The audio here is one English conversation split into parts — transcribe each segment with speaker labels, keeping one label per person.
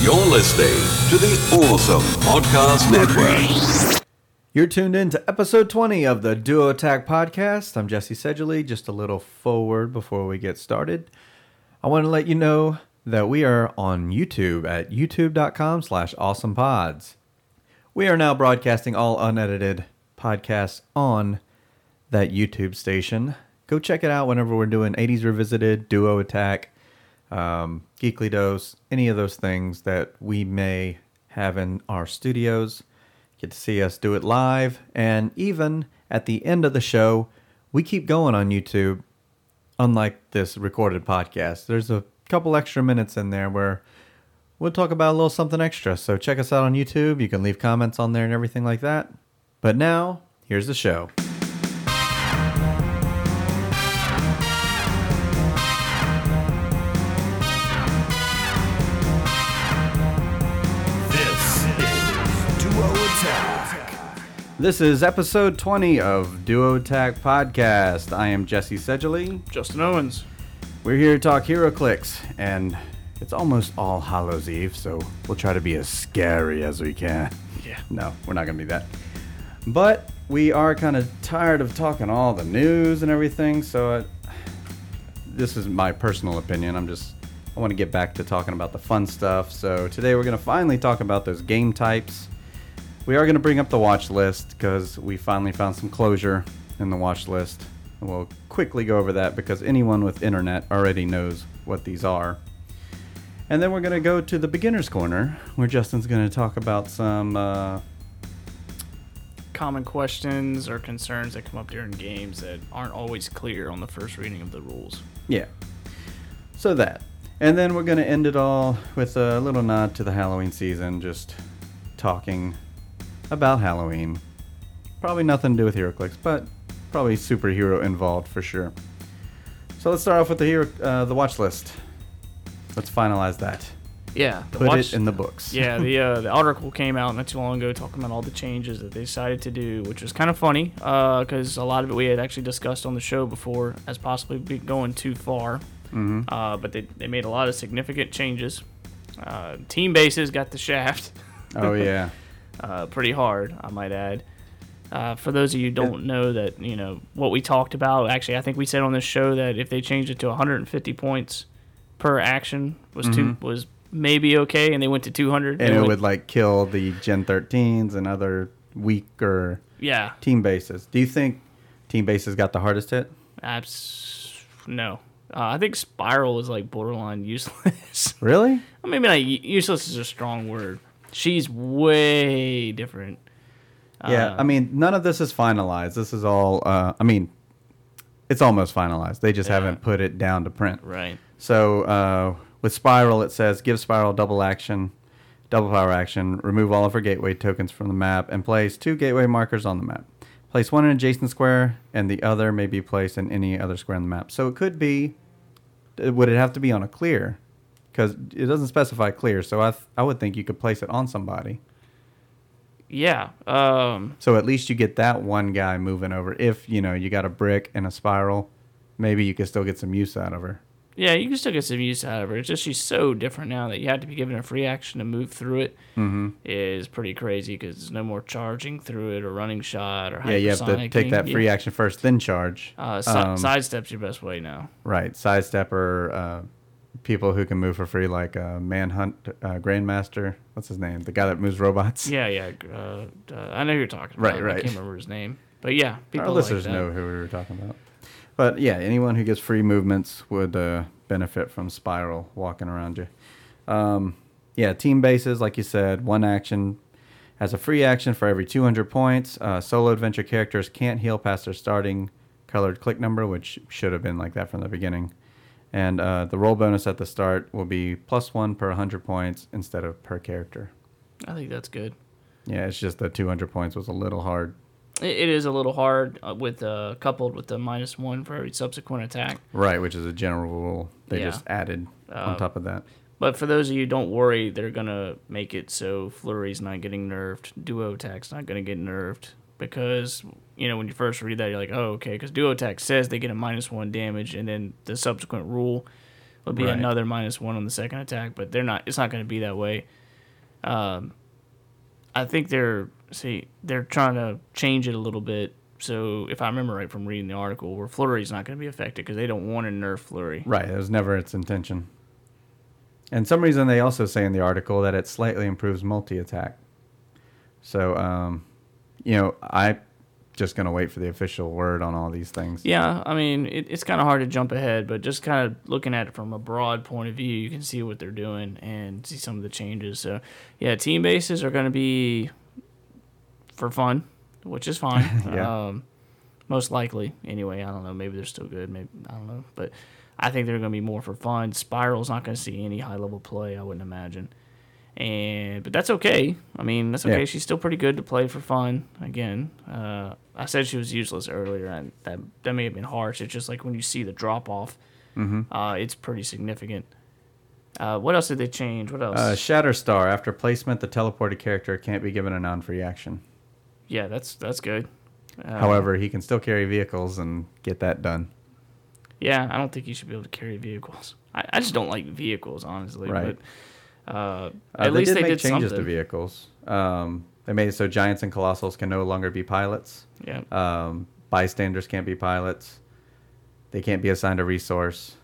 Speaker 1: You're listening to the Awesome Podcast Network.
Speaker 2: You're tuned in to episode 20 of the Duo Attack Podcast. I'm Jesse Sedgley. Just a little forward before we get started. I want to let you know that we are on YouTube at youtube.com slash awesomepods. We are now broadcasting all unedited podcasts on that YouTube station. Go check it out whenever we're doing 80s Revisited, Duo Attack, um, Geekly Dose, any of those things that we may have in our studios. Get to see us do it live. And even at the end of the show, we keep going on YouTube, unlike this recorded podcast. There's a couple extra minutes in there where we'll talk about a little something extra. So check us out on YouTube. You can leave comments on there and everything like that. But now, here's the show.
Speaker 3: This is Duo Attack.
Speaker 2: This is episode 20 of Duo Attack Podcast. I am Jesse Sedgley.
Speaker 4: Justin Owens.
Speaker 2: We're here to talk Hero Clicks, and it's almost All Hallows Eve, so we'll try to be as scary as we can.
Speaker 4: Yeah.
Speaker 2: No, we're not going to be that. But we are kind of tired of talking all the news and everything, so I, this is my personal opinion. I'm just, I want to get back to talking about the fun stuff. So today we're going to finally talk about those game types. We are going to bring up the watch list because we finally found some closure in the watch list. And we'll quickly go over that because anyone with internet already knows what these are. And then we're going to go to the beginner's corner where Justin's going to talk about some. Uh,
Speaker 4: Common questions or concerns that come up during games that aren't always clear on the first reading of the rules.
Speaker 2: Yeah. So that. And then we're going to end it all with a little nod to the Halloween season, just talking about Halloween. Probably nothing to do with HeroClix, but probably superhero involved for sure. So let's start off with the hero, uh, the watch list. Let's finalize that.
Speaker 4: Yeah. The
Speaker 2: Put
Speaker 4: watch-
Speaker 2: it in the books.
Speaker 4: yeah, the uh, the article came out not too long ago talking about all the changes that they decided to do, which was kind of funny because a lot of it we had actually discussed on the show before as possibly be going too far. Mm-hmm. Uh, but they, they made a lot of significant changes. Uh, team bases got the shaft.
Speaker 2: Oh yeah.
Speaker 4: uh, pretty hard, I might add. Uh, for those of you who don't know that, you know, what we talked about, actually, I think we said on this show that if they changed it to 150 points per action was two, was maybe okay, and they went to 200.
Speaker 2: Mm-hmm. And
Speaker 4: they
Speaker 2: it
Speaker 4: went-
Speaker 2: would like kill the Gen 13s and other weaker
Speaker 4: yeah,
Speaker 2: team bases. Do you think team bases got the hardest hit?
Speaker 4: abs- no. Uh, I think spiral is like borderline useless.
Speaker 2: Really?
Speaker 4: Maybe not u- useless is a strong word. She's way different.
Speaker 2: Yeah, I mean, none of this is finalized. This is all, uh, I mean, it's almost finalized. They just haven't put it down to print.
Speaker 4: Right.
Speaker 2: So uh, with Spiral, it says give Spiral double action, double power action, remove all of her gateway tokens from the map, and place two gateway markers on the map. Place one in an adjacent square, and the other may be placed in any other square on the map. So it could be, uh, would it have to be on a clear? Because it doesn't specify clear, so I, th- I would think you could place it on somebody.
Speaker 4: Yeah. Um,
Speaker 2: So at least you get that one guy moving over. If you know you got a brick and a spiral, maybe you can still get some use out of her.
Speaker 4: Yeah, you can still get some use out of her. It's just she's so different now that you have to be given a free action to move through it. Mm-hmm. Is pretty crazy because there's no more charging through it or running shot or
Speaker 2: Yeah, you have to
Speaker 4: hypersonicing.
Speaker 2: take that free
Speaker 4: Yeah.
Speaker 2: action first, then charge.
Speaker 4: Uh, si-
Speaker 2: Um,
Speaker 4: sidestep's your best way now.
Speaker 2: right, sidestep or uh, people who can move for free, like uh, Manhunt uh, Grandmaster. What's his name? The guy that moves robots.
Speaker 4: Yeah, yeah. Uh, uh, I know who you're talking
Speaker 2: Right,
Speaker 4: about. I
Speaker 2: right.
Speaker 4: can't remember his name, but yeah, people
Speaker 2: Our listeners
Speaker 4: like that.
Speaker 2: know who we were talking about. But yeah, anyone who gets free movements would uh, benefit from Spiral walking around you. Um, yeah, team bases, like you said, one action has a free action for every 200 points. Uh, solo adventure characters can't heal past their starting colored click number, which should have been like that from the beginning. And uh, the roll bonus at the start will be plus one per 100 points instead of per character.
Speaker 4: I think that's good.
Speaker 2: Yeah, it's just the 200 points was a little hard.
Speaker 4: It, it is a little hard uh, with uh, coupled with the minus one for every subsequent attack.
Speaker 2: Right, which is a general rule they
Speaker 4: Yeah. Oh.
Speaker 2: just added on top of that.
Speaker 4: But for those of you, don't worry. They're gonna make it so Flurry's not getting nerfed. Duotac's not gonna get nerfed because you know when you first read that, you're like, oh, okay, because Duotac says they get a minus one damage, and then the subsequent rule It'll be
Speaker 2: Right.
Speaker 4: another minus one on the second attack, but they're not. It's not going to be that way. Um, I think they're see they're trying to change it a little bit. So if I remember right from reading the article, where Flurry's not going to be affected because they don't want to nerf Flurry.
Speaker 2: Right. It was never its intention. And some reason they also say in the article that it slightly improves multi attack. So, um, you know, I'm just going to wait for the official word on all these things.
Speaker 4: Yeah, I mean it, it's kind of hard to jump ahead, but just kind of looking at it from a broad point of view, you can see what they're doing and see some of the changes. So yeah, team bases are going to be for fun, which is fine.
Speaker 2: Yeah.
Speaker 4: um, most likely, anyway. I don't know. Maybe they're still good. Maybe I don't know, but I think they're going to be more for fun. Spiral's not going to see any high level play, I wouldn't imagine. And but that's okay. I mean, that's okay.
Speaker 2: Yeah.
Speaker 4: She's still pretty good to play for fun. Again, uh, I said she was useless earlier, and that that may have been harsh. It's just like when you see the drop off,
Speaker 2: Mm-hmm.
Speaker 4: uh, it's pretty significant. Uh, what else did they change? What else?
Speaker 2: Uh, Shatterstar, after placement, the teleported character can't be given a non free action.
Speaker 4: yeah, that's that's good. Uh,
Speaker 2: However, he can still carry vehicles and get that done.
Speaker 4: Yeah, I don't think you should be able to carry vehicles. I, I just don't like vehicles, honestly.
Speaker 2: Right.
Speaker 4: But, uh,
Speaker 2: Uh,
Speaker 4: at least
Speaker 2: did
Speaker 4: they
Speaker 2: make
Speaker 4: did
Speaker 2: changes
Speaker 4: something.
Speaker 2: to vehicles. Um, they made it so giants and colossals can no longer be pilots.
Speaker 4: yeah.
Speaker 2: Um, bystanders can't be pilots. They can't be assigned a resource.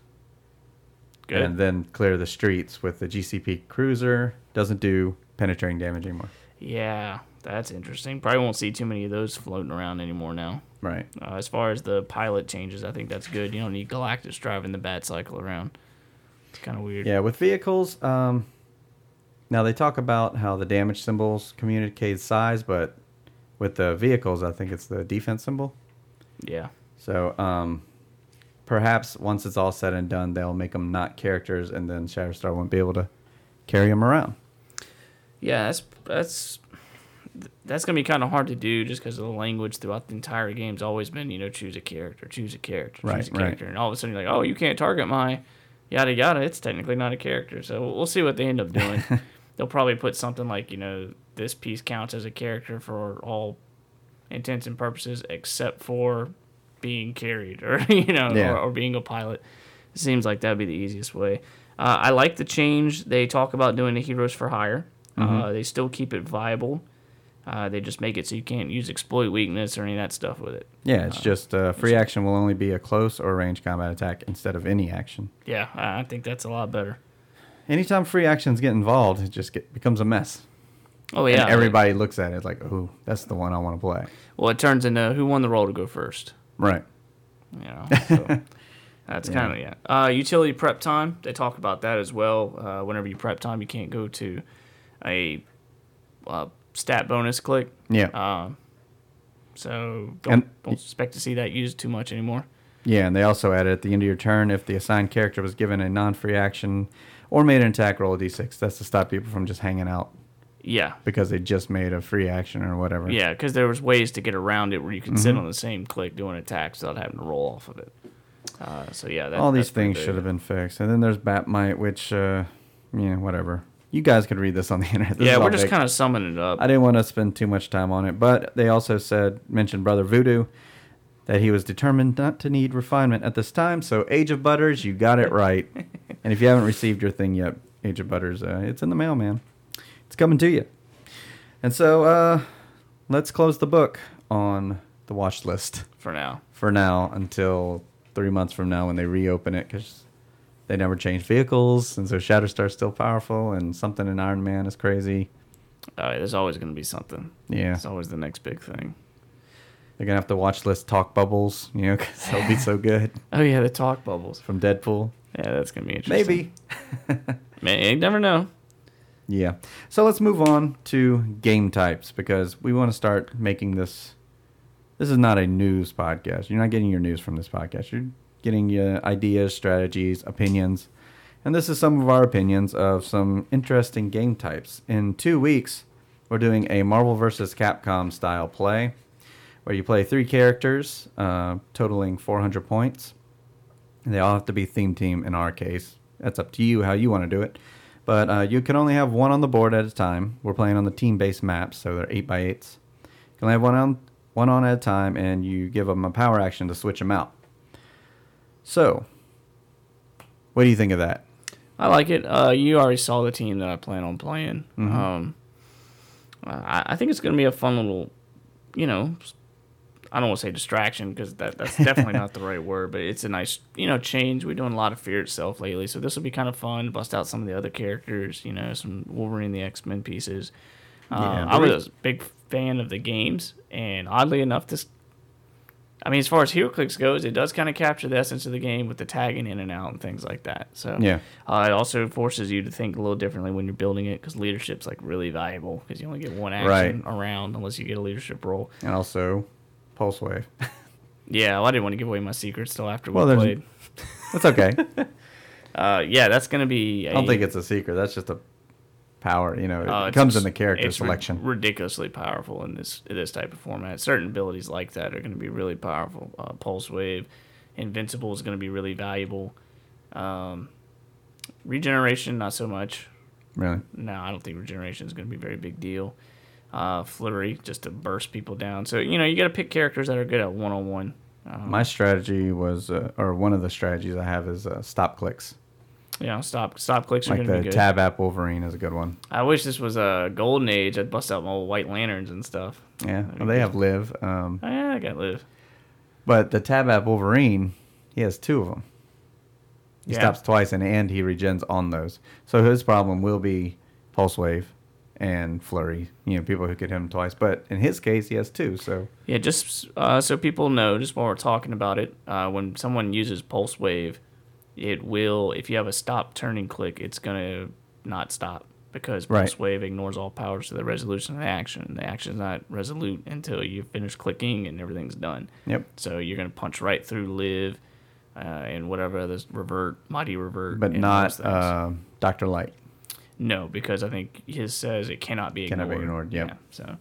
Speaker 4: Good.
Speaker 2: And then clear the streets with the GCP cruiser. Doesn't do penetrating damage anymore.
Speaker 4: yeah, that's interesting. Probably won't see too many of those floating around anymore now.
Speaker 2: Right.
Speaker 4: Uh, as far as the pilot changes, I think that's good. You don't need Galactus driving the Bat Cycle around. It's kind of weird.
Speaker 2: Yeah, with vehicles, um, now they talk about how the damage symbols communicate size, but with the vehicles, I think it's the defense symbol.
Speaker 4: Yeah.
Speaker 2: So um, perhaps once it's all said and done, they'll make them not characters, and then Shatterstar won't be able to carry them around.
Speaker 4: Yeah, that's that's that's gonna be kind of hard to do just because of the language throughout the entire game's always been, you know, choose a character, choose a character, choose
Speaker 2: Right,
Speaker 4: a
Speaker 2: right.
Speaker 4: character, and all of a sudden you're like, oh, you can't target my yada yada. It's technically not a character, so we'll we'll see what they end up doing. They'll probably put something like, you know, this piece counts as a character for all intents and purposes except for being carried or you know
Speaker 2: Yeah.
Speaker 4: or, or being a pilot it seems like that'd be the easiest way uh, i like the change they talk about doing the heroes for hire
Speaker 2: Mm-hmm.
Speaker 4: uh, they still keep it viable uh, they just make it so you can't use exploit weakness or any of that stuff with it
Speaker 2: Yeah, it's just uh, free action will only be a close or range combat attack instead of any action.
Speaker 4: yeah i I think that's a lot better
Speaker 2: Anytime free actions get involved, it just get, becomes a mess.
Speaker 4: oh yeah
Speaker 2: and everybody looks at it like, "Ooh, that's the one I want to play."
Speaker 4: well it turns into who won the role to go first
Speaker 2: Right.
Speaker 4: you know. So that's kind of yeah. Uh, utility prep time. They talk about that as well. Uh, whenever you prep time, you can't go to a uh, stat bonus click.
Speaker 2: Yeah.
Speaker 4: Um, so don't,
Speaker 2: And-
Speaker 4: don't expect to see that used too much anymore.
Speaker 2: yeah, and they also added at the end of your turn, if the assigned character was given a non-free action or made an attack, roll a d6. That's to stop people from just hanging out
Speaker 4: Yeah.
Speaker 2: because they just made a free action or whatever.
Speaker 4: Yeah, because there was ways to get around it where you can sit
Speaker 2: Mm-hmm.
Speaker 4: on the same click doing attacks without having to roll off of it. Uh, so yeah, that,
Speaker 2: All these
Speaker 4: that's pretty
Speaker 2: things
Speaker 4: big.
Speaker 2: should have been fixed. And then there's Batmite, which, uh, yeah, whatever. You guys could read this on the internet. This
Speaker 4: Yeah,
Speaker 2: is all
Speaker 4: we're just
Speaker 2: big.
Speaker 4: kind of summing it up.
Speaker 2: I didn't want to spend too much time on it, but they also said mentioned Brother Voodoo that he was determined not to need refinement at this time. So Age of Butters, you got it right. and if you haven't received your thing yet, Age of Butters, uh, it's in the mail, man. It's coming to you. And so uh, let's close the book on the watch list
Speaker 4: for now.
Speaker 2: for now until three months from now when they reopen it because they never change vehicles, and so Shatterstar's still powerful, and something in Iron Man is crazy.
Speaker 4: Uh, there's always going to be something.
Speaker 2: Yeah.
Speaker 4: It's always the next big thing.
Speaker 2: They're gonna have to watch list talk bubbles, you know, because they'll be so good
Speaker 4: Oh yeah, the talk bubbles.
Speaker 2: from Deadpool.
Speaker 4: Yeah, that's gonna be interesting.
Speaker 2: Maybe.
Speaker 4: May- you never know.
Speaker 2: Yeah. So let's move on to game types because we want to start making this. This is not a news podcast. You're not getting your news from this podcast. You're getting your ideas, strategies, opinions, and this is some of our opinions of some interesting game types. In two weeks, we're doing a Marvel vs. Capcom style play, where you play three characters, uh, totaling 400 points. And They all have to be theme team in our case. That's up to you how you want to do it. But uh, you can only have one on the board at a time. We're playing on the team based maps, so they're 8 by 8s You can only have one on, one on at a time, and you give them a power action to switch them out. So, What do you think of that?
Speaker 4: I like it. Uh, you already saw the team that I plan on playing. Um, I, I think it's going to be a fun little, you know, s- I don't want to say distraction because that, that's definitely not the right word, but it's a nice, you know, change. We're doing a lot of Fear itself lately, so this will be kind of fun. Bust out some of the other characters, you know, some Wolverine, the X Men pieces. Uh, I was a big fan of the games, and oddly enough, this I mean, as far as hero clicks goes, it does kind of capture the essence of the game with the tagging in and out and things like that. So
Speaker 2: Yeah.
Speaker 4: uh, it also forces you to think a little differently when you're building it because leadership's like really valuable because you only get one action around unless you get a leadership role.
Speaker 2: And also, Pulse Wave.
Speaker 4: Yeah, well, I didn't want to give away my secrets till after
Speaker 2: Well,
Speaker 4: we
Speaker 2: there's-
Speaker 4: played.
Speaker 2: That's okay.
Speaker 4: Uh, yeah, that's gonna be.
Speaker 2: I don't think it's a secret. That's just a power. You know, it
Speaker 4: uh, it's-
Speaker 2: comes in the character
Speaker 4: it's ri-
Speaker 2: selection.
Speaker 4: ridiculously powerful in this in this type of format. Certain abilities like that are going to be really powerful. Uh, Pulse Wave, Invincible is going to be really valuable. Um, regeneration, not so much.
Speaker 2: really.
Speaker 4: No, I don't think regeneration is going to be a very big deal. Uh, Flurry, just to burst people down. So you know you got to pick characters that are good at Uh, one on one.
Speaker 2: My strategy was, uh, or one of the strategies I have is uh, stop clicks.
Speaker 4: You know, stop stop clicks are
Speaker 2: Like
Speaker 4: going to be
Speaker 2: the
Speaker 4: good.
Speaker 2: tab app Wolverine is a good one.
Speaker 4: I wish this was a golden age. I'd bust out my old white lanterns and stuff.
Speaker 2: Yeah,
Speaker 4: That'd be
Speaker 2: well, they
Speaker 4: good.
Speaker 2: have live. Um,
Speaker 4: Oh, yeah, I got live.
Speaker 2: but the tab app Wolverine, he has two of them. He
Speaker 4: Yeah.
Speaker 2: stops twice and and he regens on those. So his problem will be pulse wave and flurry. You know, people who hit him twice. But in his case, he has two. So
Speaker 4: Yeah, just uh, so people know, just while we're talking about it, uh, when someone uses pulse wave, it will. If you have a stop turning click, it's gonna not stop because pulse
Speaker 2: Right.
Speaker 4: wave ignores all powers to the resolution of the action. The action's not resolute until you finish clicking and everything's done.
Speaker 2: Yep.
Speaker 4: So you're gonna punch right through live, uh, and whatever this revert, mighty revert,
Speaker 2: but
Speaker 4: and all those
Speaker 2: not
Speaker 4: things.
Speaker 2: uh, Doctor Light.
Speaker 4: No, because I think his says it cannot be ignored.
Speaker 2: Cannot be ignored, yep.
Speaker 4: so,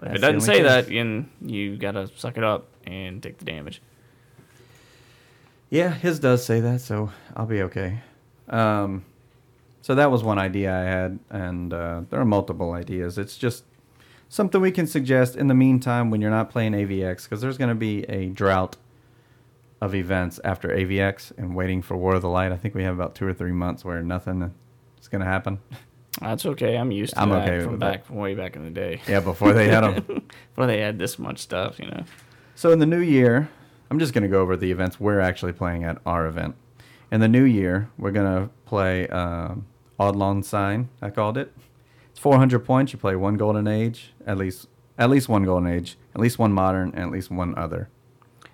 Speaker 4: but
Speaker 2: That's
Speaker 4: if it
Speaker 2: the
Speaker 4: doesn't
Speaker 2: only
Speaker 4: say
Speaker 2: thing.
Speaker 4: that, then you gotta suck it up and take the damage.
Speaker 2: Yeah, his does say that, so I'll be okay. Um, so that was one idea I had, and uh, there are multiple ideas. It's just something we can suggest in the meantime when you're not playing AVX, because there's going to be a drought of events after AVX and waiting for War of the Light. I think we have about two or three months where nothing is going to happen.
Speaker 4: That's okay. I'm used to
Speaker 2: I'm
Speaker 4: that
Speaker 2: okay
Speaker 4: from
Speaker 2: with
Speaker 4: back
Speaker 2: that.
Speaker 4: from way back in the day.
Speaker 2: Yeah, before they had them.
Speaker 4: Where they had this much stuff, you know.
Speaker 2: So in the new year, I'm just going to go over the events we're actually playing at our event. In the new year, we're going to play um, Oddlon Sign. I called it. It's 400 points. You play one Golden Age, at least at least one Golden Age, at least one Modern, and at least one other.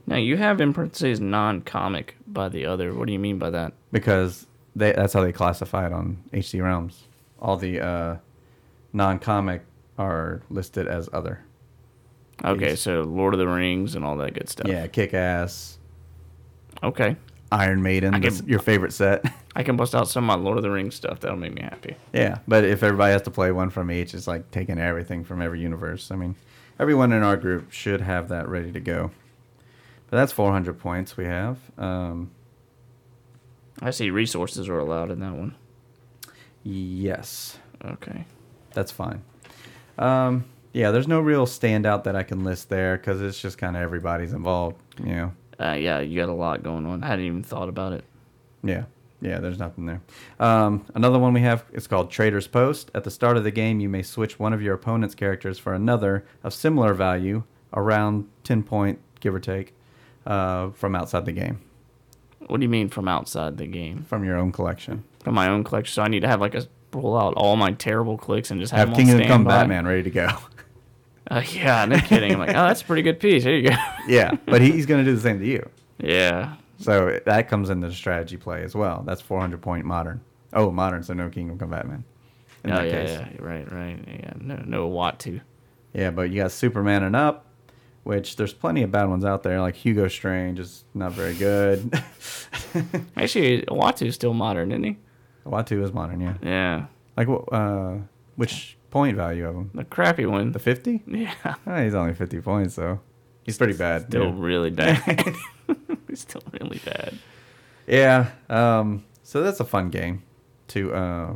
Speaker 4: Now you have in parentheses non-comic by the other. What do you mean by that?
Speaker 2: because they, that's how they classify it on HD Realms. All the uh, non-comic are listed as other.
Speaker 4: Okay,
Speaker 2: Yes.
Speaker 4: so Lord of the Rings and all that good stuff.
Speaker 2: Yeah, Kick-Ass,
Speaker 4: Okay,
Speaker 2: Iron Maiden, that's
Speaker 4: can-
Speaker 2: your favorite set.
Speaker 4: I can bust out some of my Lord of the Rings stuff. That'll make me happy.
Speaker 2: Yeah, but if everybody has to play one from each, it's like taking everything from every universe. I mean, everyone in our group should have that ready to go. But that's 400 points we have. Um,
Speaker 4: I see resources are allowed in that one.
Speaker 2: yes,
Speaker 4: Okay.
Speaker 2: that's fine. Um, yeah, there's no real standout that I can list there because it's just kind of everybody's involved. You know,
Speaker 4: Uh, yeah, you got a lot going on. I hadn't even thought about it.
Speaker 2: Yeah. Yeah, there's nothing there. Um, another one we have is called Trader's Post. At the start of the game, you may switch one of your opponent's characters for another of similar value, around 10 point, give or take, uh, from outside the game,
Speaker 4: What do you mean from outside the game?
Speaker 2: from your own collection.
Speaker 4: From my own collection, so I need to have like a roll out all my terrible clicks and just have,
Speaker 2: Have
Speaker 4: them
Speaker 2: King
Speaker 4: on
Speaker 2: of the Come
Speaker 4: standby.
Speaker 2: Batman ready to go.
Speaker 4: Uh, yeah, no kidding. I'm like, oh, that's a pretty good piece. Here you go.
Speaker 2: yeah, but he, he's going to do the same to you.
Speaker 4: yeah,
Speaker 2: So that comes into the strategy play as well. That's 400 point modern. Oh, modern, so no King of Come Batman. In
Speaker 4: oh,
Speaker 2: that
Speaker 4: yeah,
Speaker 2: case.
Speaker 4: yeah, right, right. Yeah, no, no Watt too.
Speaker 2: Yeah, but you got Superman and Up, which there's plenty of bad ones out there. Like Hugo Strange is not very good.
Speaker 4: Actually, Watu's still modern, isn't he?
Speaker 2: Watu is modern, yeah.
Speaker 4: Yeah,
Speaker 2: Like wh- uh, which point value of him?
Speaker 4: the crappy one.
Speaker 2: The fifty?
Speaker 4: yeah,
Speaker 2: Oh, he's only fifty points though. He's pretty bad.
Speaker 4: still
Speaker 2: too.
Speaker 4: really bad. He's still really bad.
Speaker 2: Yeah. Um, so that's a fun game. To, uh,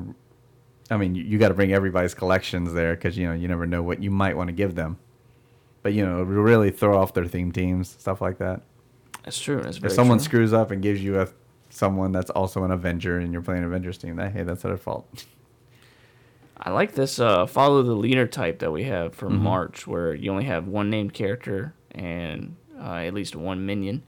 Speaker 2: I mean, you, you got to bring everybody's collections there because you know you never know what you might want to give them. But you know, it'll really throw off their theme teams, stuff like that.
Speaker 4: That's true. That's
Speaker 2: If
Speaker 4: very
Speaker 2: someone
Speaker 4: true.
Speaker 2: screws up and gives you a someone that's also an Avenger and you're playing Avengers team. That hey, that's their fault.
Speaker 4: I like this uh, follow the leader type that we have for March, where you only have one named character and uh, at least one minion.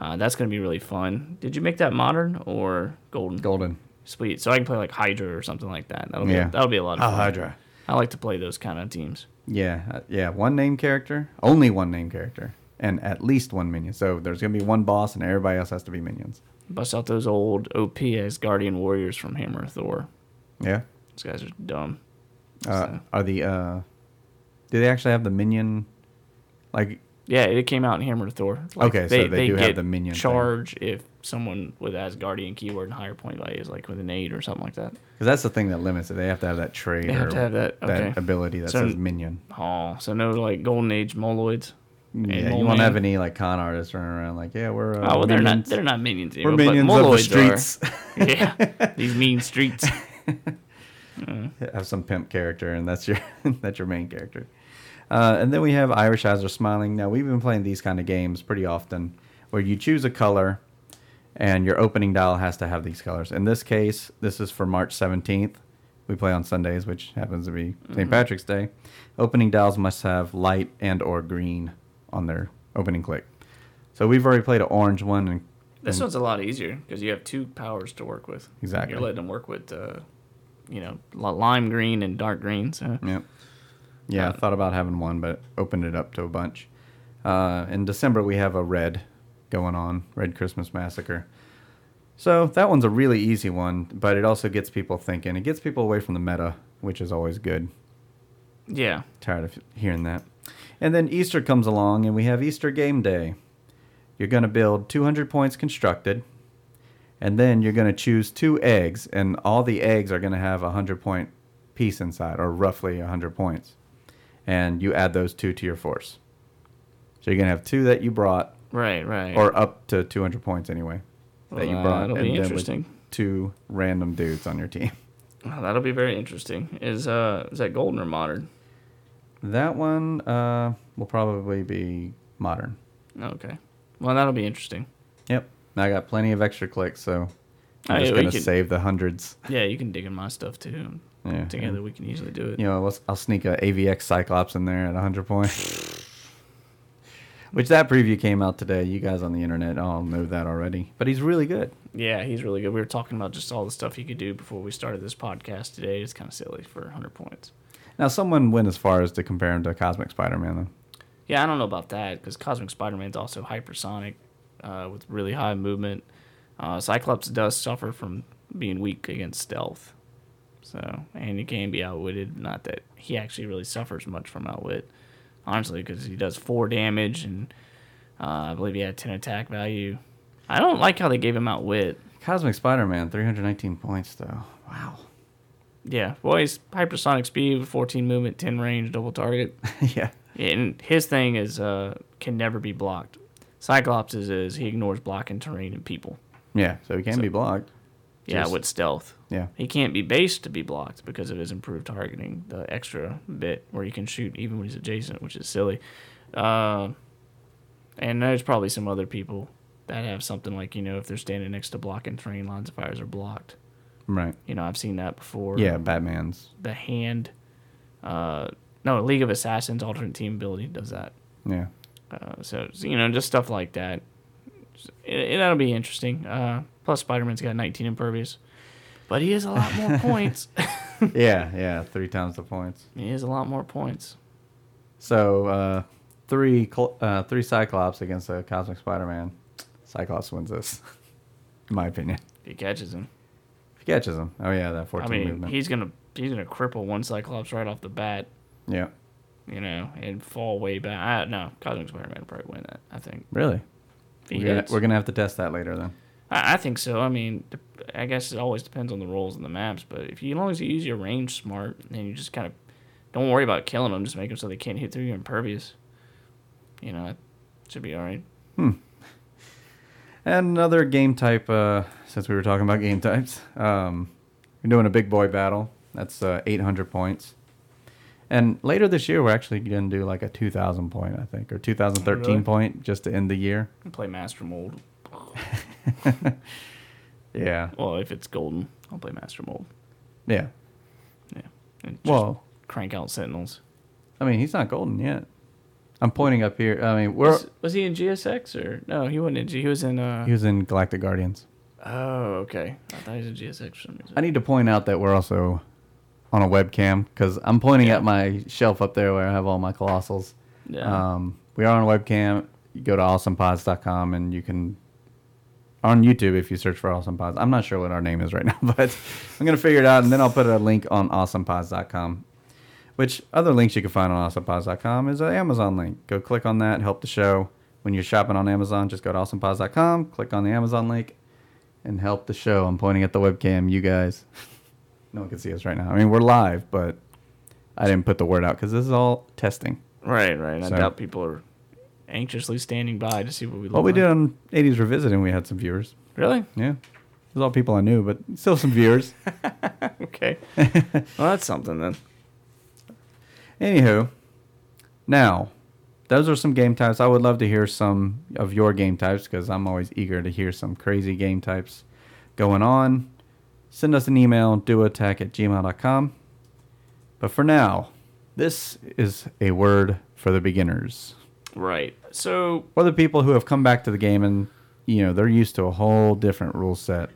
Speaker 4: Uh, that's gonna be really fun. Did you make that modern or golden?
Speaker 2: Golden.
Speaker 4: Sweet. So I can play like Hydra or something like that. That'll
Speaker 2: Yeah.
Speaker 4: be that'll be a lot of
Speaker 2: Oh,
Speaker 4: fun.
Speaker 2: Hydra.
Speaker 4: I like to play those kind of teams.
Speaker 2: Yeah, uh, yeah. One name character, only one name character, and at least one minion. So there's gonna be one boss, and everybody else has to be minions.
Speaker 4: Bust out those old OP as Guardian Warriors from Hammer of Thor.
Speaker 2: Yeah.
Speaker 4: These guys are dumb.
Speaker 2: Uh,
Speaker 4: So-
Speaker 2: are the uh, do they actually have the minion? Like,
Speaker 4: Yeah, it came out in Hammer of Thor.
Speaker 2: Okay, so they do have the minion thing.
Speaker 4: charge if someone with Asgardian keyword and higher point value is like with an eight or something like that.
Speaker 2: because that's the thing that limits it. They have to have that trait
Speaker 4: They have
Speaker 2: or
Speaker 4: to have that, okay.
Speaker 2: ability that
Speaker 4: So-
Speaker 2: says minion.
Speaker 4: Oh, so no like Golden Age Moloids. and
Speaker 2: Yeah, you
Speaker 4: Mole
Speaker 2: won't
Speaker 4: Man?
Speaker 2: have any like con artists running around like, yeah, we're uh,
Speaker 4: Oh, well, they're not
Speaker 2: minions.
Speaker 4: they're not minions. Anymore,
Speaker 2: we're
Speaker 4: but
Speaker 2: minions of the
Speaker 4: Moloids are.
Speaker 2: streets.
Speaker 4: yeah, these mean streets.
Speaker 2: have some pimp character, and that's your that's your main character. Uh, and then we have Irish eyes are smiling. Now we've been playing these kind of games pretty often, where you choose a color, and your opening dial has to have these colors. In this case, this is for March seventeenth. We play on Sundays, which happens to be St. Patrick's Day. Opening dials must have light and or green on their opening click. So we've already played an orange one, and
Speaker 4: This one's a lot easier because you have two powers to work with.
Speaker 2: Exactly.
Speaker 4: You're letting them work with, uh, you know, li- lime green and dark green. So
Speaker 2: Yep. Yeah, I thought about having one, but opened it up to a bunch. Uh, in December, we have a red going on, Red Christmas Massacre. So that one's a really easy one, but it also gets people thinking. It gets people away from the meta, which is always good.
Speaker 4: yeah,
Speaker 2: Tired of hearing that. And then Easter comes along, and we have Easter Game Day. You're going to build 200 points constructed, and then you're going to choose two eggs, and all the eggs are going to have a 100 point piece inside, or roughly 100 points. And you add those two to your force. So you're going to have two that you brought,
Speaker 4: right, right.
Speaker 2: or up to 200 points anyway, that you
Speaker 4: Well,
Speaker 2: brought.
Speaker 4: that'll be
Speaker 2: and then with
Speaker 4: interesting.
Speaker 2: two random dudes on your team.
Speaker 4: Oh, that'll be very interesting. Is uh, is that golden or modern?
Speaker 2: That one uh, will probably be modern.
Speaker 4: Okay. Well, that'll be interesting.
Speaker 2: Yep. And I got plenty of extra clicks, so I'm
Speaker 4: Oh, yeah,
Speaker 2: just
Speaker 4: we
Speaker 2: gonna
Speaker 4: can-
Speaker 2: save the hundreds.
Speaker 4: Yeah, you can dig in my stuff too.
Speaker 2: Yeah.
Speaker 4: Together we can usually do it.
Speaker 2: You know, let's, I'll sneak a AVX Cyclops in there at 100 points. Which that preview came out today. You guys on the internet all know that already. But he's really good.
Speaker 4: Yeah, he's really good. We were talking about just all the stuff he could do before we started this podcast today. It's kind of silly for 100 points.
Speaker 2: Now, someone went as far as to compare him to Cosmic Spider-Man, though.
Speaker 4: Yeah, I don't know about that because Cosmic Spider-Man's also hypersonic uh, with really high movement. Uh, Cyclops does suffer from being weak against stealth, so and he can be outwitted. Not that he actually really suffers much from outwit, honestly, because he does four damage and uh, I believe he had ten attack value. I don't like how they gave him outwit.
Speaker 2: Cosmic Spider-Man, 319 points, though. Wow.
Speaker 4: Yeah, well, he's hypersonic speed with 14 movement, 10 range, double target.
Speaker 2: yeah.
Speaker 4: And his thing is uh, can never be blocked. Cyclops is, is he ignores blocking terrain and people.
Speaker 2: Yeah, so he can be blocked.
Speaker 4: Yeah,
Speaker 2: Just-
Speaker 4: with stealth.
Speaker 2: Yeah.
Speaker 4: He can't be based to be blocked because of his improved targeting, the extra bit where you can shoot even when he's adjacent, which is silly. Uh, and there's probably some other people that have something like, you know, if they're standing next to blocking terrain, lines of fires are blocked.
Speaker 2: Right.
Speaker 4: You know, I've seen that before.
Speaker 2: Yeah, Batman's.
Speaker 4: The hand. Uh, no, League of Assassins alternate team ability does that.
Speaker 2: Yeah.
Speaker 4: Uh, so so, you know, just stuff like that. It, it- that'll be interesting. Uh, plus, Spider Man's got 19 impervious, but he has a lot more points.
Speaker 2: Yeah, yeah, three times the points.
Speaker 4: He has a lot more points.
Speaker 2: So uh, three col- uh, three Cyclops against a Cosmic Spider-Man. Cyclops wins this, in my opinion.
Speaker 4: If he catches him,
Speaker 2: If he catches him. Oh yeah, that
Speaker 4: I
Speaker 2: fourteen
Speaker 4: mean,
Speaker 2: movement.
Speaker 4: he's gonna he's gonna cripple one Cyclops right off the bat,
Speaker 2: Yeah.
Speaker 4: you know, and fall way back. I, no, Cosmic Spider Man probably win that. I think.
Speaker 2: Really?
Speaker 4: If he
Speaker 2: We're gonna,
Speaker 4: hits.
Speaker 2: we're gonna have to test that later then.
Speaker 4: I, I think so. I mean, dep- I guess it always depends on the roles and the maps, but if you, as long as you use your range smart and you just kind of don't worry about killing them, just make them so they can't hit through your impervious. You know, it should be all right.
Speaker 2: And another game type. Uh, since we were talking about game types, um, we're doing a big boy battle. That's uh, eight hundred points. And later this year, we're actually gonna do like a two
Speaker 4: Oh,
Speaker 2: thousand point, I think, or two thousand thirteen
Speaker 4: Really?
Speaker 2: point, just to end the year.
Speaker 4: Play Master Mold.
Speaker 2: Yeah.
Speaker 4: Well, if it's golden, I'll play Master Mold.
Speaker 2: Yeah.
Speaker 4: Yeah. And just
Speaker 2: Well,
Speaker 4: crank out Sentinels.
Speaker 2: I mean, he's not golden yet. I'm pointing up here. I mean, we're
Speaker 4: Was, was he in GSX or no? He wasn't in G. He was in. Uh,
Speaker 2: he was in Galactic Guardians.
Speaker 4: oh, okay. I thought he was in GSX for some reason.
Speaker 2: I need to point out that we're also on a webcam because I'm pointing at my shelf up there where I have all my colossals.
Speaker 4: Yeah.
Speaker 2: Um, we are on a webcam. You go to awesomepods.com and you can on YouTube if you search for Awesome Pods. I'm not sure what our name is right now, but I'm gonna figure it out and then I'll put a link on awesomepods.com. Which other links you can find on awesomepods.com is an Amazon link. Go click on that, help the show. When you're shopping on Amazon, just go to awesomepods.com, click on the Amazon link, and help the show. I'm pointing at the webcam, you guys. No one can see us right now. I mean, we're live, but I didn't put the word out because this is all testing.
Speaker 4: right, right. I
Speaker 2: so-
Speaker 4: doubt people are anxiously standing by to see what we look
Speaker 2: What we
Speaker 4: like.
Speaker 2: did on 80s Revisiting, we had some viewers.
Speaker 4: Really?
Speaker 2: Yeah. It was all people I knew, but still some viewers.
Speaker 4: Okay. well, that's something then.
Speaker 2: Anywho, now, those are some game types. I would love to hear some of your game types because I'm always eager to hear some crazy game types going on. Send us an email, doattack at gmail.com. But for now, this is a word for the beginners.
Speaker 4: Right. So
Speaker 2: or the people who have come back to the game and you know they're used to a whole different rule set.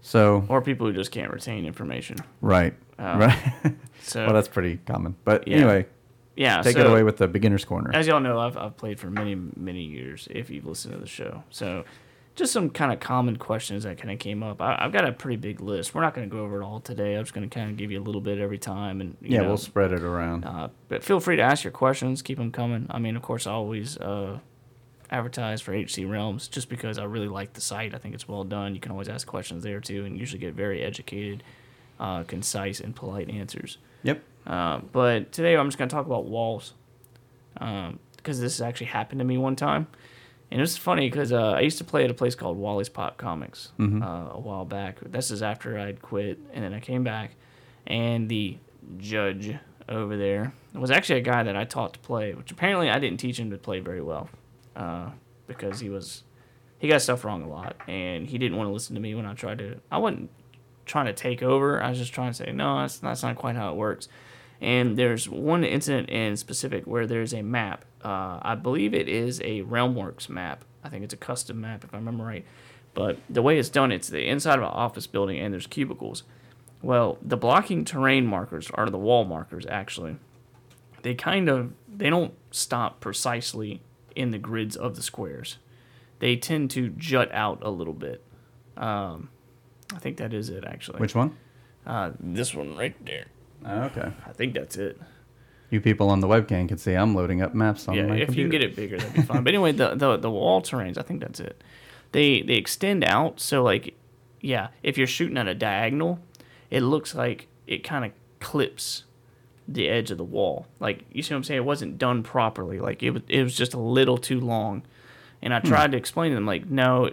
Speaker 2: So
Speaker 4: or people who just can't retain information.
Speaker 2: right,
Speaker 4: Oh.
Speaker 2: right.
Speaker 4: So
Speaker 2: well, that's pretty common. But
Speaker 4: Yeah.
Speaker 2: anyway,
Speaker 4: yeah.
Speaker 2: take
Speaker 4: so,
Speaker 2: it away with the beginner's corner.
Speaker 4: as y'all know, I've, I've played for many, many years if you've listened to the show. So, just some kind of common questions that kind of came up. I, I've got a pretty big list. We're not going to go over it all today. I'm just going to kind of give you a little bit every time. And, you
Speaker 2: yeah,
Speaker 4: know,
Speaker 2: we'll spread it around.
Speaker 4: uh, but feel free to ask your questions. Keep them coming. I mean, of course, I always uh, advertise for HC Realms just because I really like the site. I think it's well done. You can always ask questions there too and usually get very educated, uh, concise, and polite answers.
Speaker 2: yep.
Speaker 4: Uh, but today I'm just going to talk about walls because this actually happened to me one time. And it's funny because uh, I used to play at a place called Wally's Pop Comics uh, a while back. This is after I'd quit, and then I came back, and the judge over there was actually a guy that I taught to play, which apparently I didn't teach him to play very well uh, because he was he got stuff wrong a lot, and he didn't want to listen to me when I tried to. I wasn't trying to take over. I was just trying to say no, that's, that's not quite how it works. And there's one incident in specific where there's a map. Uh, I believe it is a RealmWorks map. I think it's a custom map if I remember right. But the way it's done, it's the inside of an office building and there's cubicles. Well, the blocking terrain markers are the wall markers actually they kind of they don't stop precisely in the grids of the squares. They tend to jut out a little bit. Um, I think that is it actually.
Speaker 2: Which one?
Speaker 4: uh, this one right there.
Speaker 2: Oh, okay.
Speaker 4: I think that's it.
Speaker 2: You people on the webcam can see I'm loading up maps on
Speaker 4: Yeah,
Speaker 2: my
Speaker 4: if
Speaker 2: computer.
Speaker 4: you can get it bigger, that'd be fine. but anyway, the, the the wall terrains, I think that's it. They they extend out, so like, yeah, if you're shooting at a diagonal, it looks like it kind of clips the edge of the wall. Like you see what I'm saying? It wasn't done properly. Like it was it was just a little too long. And I
Speaker 2: Hmm.
Speaker 4: tried to explain to them like, no,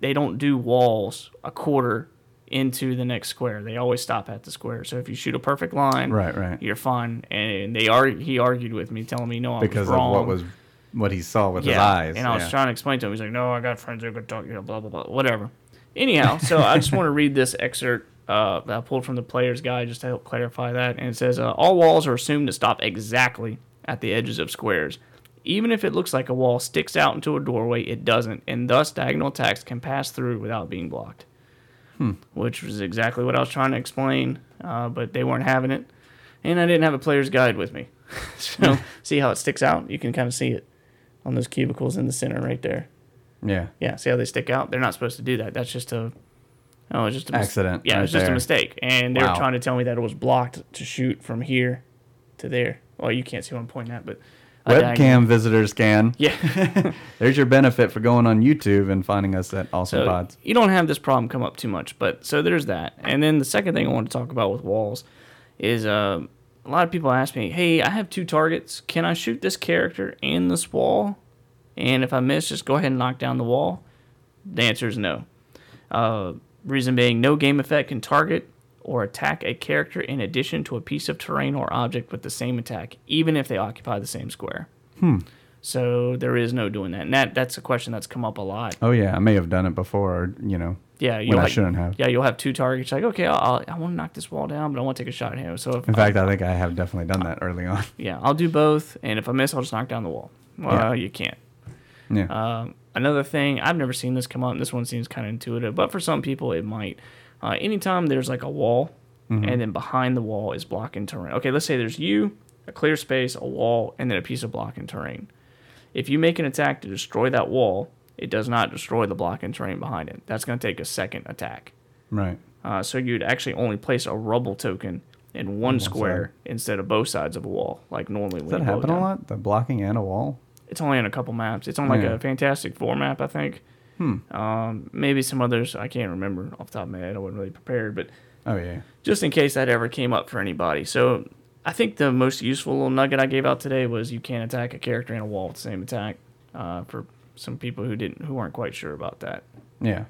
Speaker 4: they don't do walls a quarter into the next square. They always stop at the square. So if you shoot a perfect line,
Speaker 2: Right, right.
Speaker 4: you're fine. And they are he argued with me, telling me no, I
Speaker 2: because
Speaker 4: was wrong.
Speaker 2: of what was what he saw with his
Speaker 4: yeah.
Speaker 2: eyes.
Speaker 4: And I was
Speaker 2: yeah.
Speaker 4: trying to explain to him. He's like, no, I got friends who could talk, you know, blah blah blah, whatever. Anyhow, so I just want to read this excerpt uh, that I pulled from the player's guide just to help clarify that. And it says, uh, all walls are assumed to stop exactly at the edges of squares. Even if it looks like a wall sticks out into a doorway, it doesn't, and thus diagonal attacks can pass through without being blocked
Speaker 2: Hmm.
Speaker 4: which was exactly what I was trying to explain, uh, but they weren't having it. And I didn't have a player's guide with me.
Speaker 2: Hmm.
Speaker 4: so, see how it sticks out? You can kind of see it on those cubicles in the center right there.
Speaker 2: yeah.
Speaker 4: Yeah, see how they stick out? They're not supposed to do that. That's just a. Oh, it's just a
Speaker 2: Accident
Speaker 4: yeah, it's
Speaker 2: right
Speaker 4: just
Speaker 2: there.
Speaker 4: a mistake. And they
Speaker 2: Wow.
Speaker 4: were trying to tell me that it was blocked to shoot from here to there. Well, you can't see what I'm pointing at, but. a diagonal-
Speaker 2: Webcam visitors can.
Speaker 4: Yeah.
Speaker 2: There's your benefit for going on YouTube and finding us at Awesome
Speaker 4: So
Speaker 2: Pods.
Speaker 4: you don't have this problem come up too much, but so there's that. And then the second thing I want to talk about with walls is uh, a lot of people ask me, "Hey, I have two targets. Can I shoot this character and this wall? And if I miss, just go ahead and knock down the wall." The answer is no. Uh, reason being, no game effect can target or attack a character in
Speaker 2: Hmm.
Speaker 4: addition to a piece of terrain or object with the same attack, even if they occupy the same square. So there is no doing that, and that that's a question that's come up a lot.
Speaker 2: Oh yeah, I may have done it before, or, you know.
Speaker 4: Yeah,
Speaker 2: when
Speaker 4: you'll
Speaker 2: I
Speaker 4: like-
Speaker 2: shouldn't have.
Speaker 4: Yeah, you'll have two targets. Like, okay, I'll, I want to knock this wall down, but I want to take a shot here. So if,
Speaker 2: In fact, I think I have definitely done that early on.
Speaker 4: yeah, I'll do both, and if I miss, I'll just knock down the wall.
Speaker 2: Yeah.
Speaker 4: Well, you can't.
Speaker 2: Yeah.
Speaker 4: Um, another thing, I've never seen this come up. and This one seems kind of intuitive, but for some people, it might. Uh, anytime there's like a wall,
Speaker 2: Mm-hmm.
Speaker 4: and then behind the wall is blocking terrain. Okay, let's say there's you, a clear space, a wall, and then a piece of blocking terrain. If you make an attack to destroy that wall, it does not destroy the blocking terrain behind it. That's going to take a second attack.
Speaker 2: right.
Speaker 4: Uh, so you'd actually only place a rubble token in one square instead of both sides of a wall, like normally.
Speaker 2: Does that happen a lot? The blocking and a wall?
Speaker 4: It's only on a couple maps. It's on like
Speaker 2: Yeah.
Speaker 4: a Fantastic Four map, I think. Hmm. Um, maybe some others. I can't remember off the top of my head. I wasn't really prepared, but
Speaker 2: Oh yeah.
Speaker 4: just in case that ever came up for anybody. So I think the most useful little nugget I gave out today was you can't attack a character and a wall at the same attack. Uh, for some people who didn't, who aren't quite sure about that.
Speaker 2: Yeah.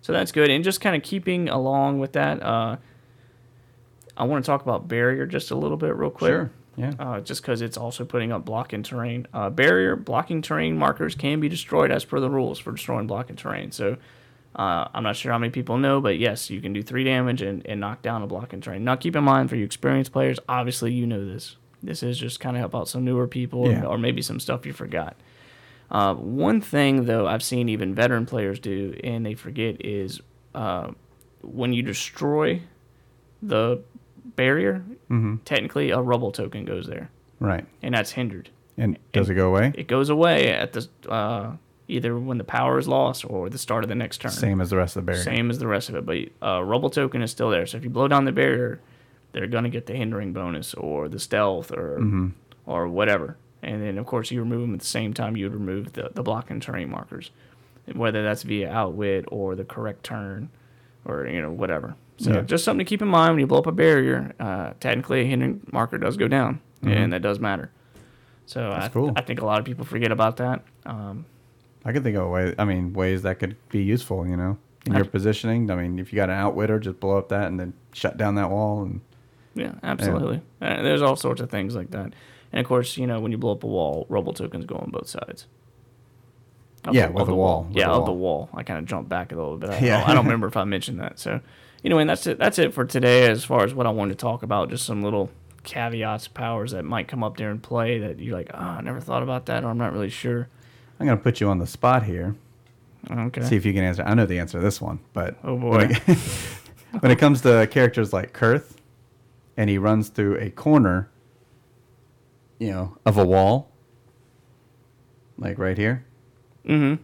Speaker 4: So that's good. And just kind of keeping along with that, uh, I want to talk about barrier just a little bit, real quick.
Speaker 2: Sure. Yeah.
Speaker 4: Uh, just because it's also putting up block and terrain. Uh, barrier blocking terrain markers can be destroyed as per the rules for destroying block and terrain. So uh, I'm not sure how many people know, but yes, you can do three damage and, and knock down a block and terrain. Now, keep in mind for you experienced players, obviously you know this. This is just kind of help out some newer people
Speaker 2: Yeah.
Speaker 4: or maybe some stuff you forgot. Uh, one thing though I've seen even veteran players do and they forget is uh, when you destroy the barrier, technically a rubble token goes there,
Speaker 2: right.
Speaker 4: and that's hindered.
Speaker 2: And does it go away?
Speaker 4: It goes away at the uh, either when the power is lost or the start of the next turn.
Speaker 2: Same as the rest of the barrier.
Speaker 4: Same as the rest of it, but uh, rubble token is still there. So if you blow down the barrier, they're gonna get the hindering bonus or the stealth or
Speaker 2: Mm-hmm.
Speaker 4: or whatever. And then of course you remove them at the same time you would remove the the block and terrain markers, whether that's via outwit or the correct turn, or you know whatever. So
Speaker 2: Yeah.
Speaker 4: just something to keep in mind when you blow up a barrier. Uh, technically, a hindering marker does go down, and that does matter. So I,
Speaker 2: Mm-hmm. cool.
Speaker 4: I think a lot of people forget about that. Um,
Speaker 2: I could think of a way. I mean, ways that could be useful. You know, in your
Speaker 4: Ab-
Speaker 2: positioning. I mean, if you got an outwitter, just blow up that and then shut down that wall. And
Speaker 4: Yeah, absolutely. Uh, there's all sorts of things like that. And of course, you know, when you blow up a wall, rubble tokens go on both sides. Of
Speaker 2: Yeah,
Speaker 4: the-
Speaker 2: with
Speaker 4: of
Speaker 2: the wall, with
Speaker 4: Yeah,
Speaker 2: the
Speaker 4: of the wall. I kind of jumped back a little bit. I, yeah. I don't remember if I mentioned that. So, anyway, and that's it. That's it for today as far as what I wanted to talk about. Just some little caveats, powers that might come up during play that you're like, oh, I never thought about that, or I'm not really sure.
Speaker 2: I'm gonna put you on the spot here.
Speaker 4: Okay.
Speaker 2: See if you can answer. I know the answer to this one, but
Speaker 4: Oh,
Speaker 2: when
Speaker 4: boy.
Speaker 2: it, when it comes to characters like Kurth, and he runs through a corner, you know, of a wall, like right here.
Speaker 4: Mhm.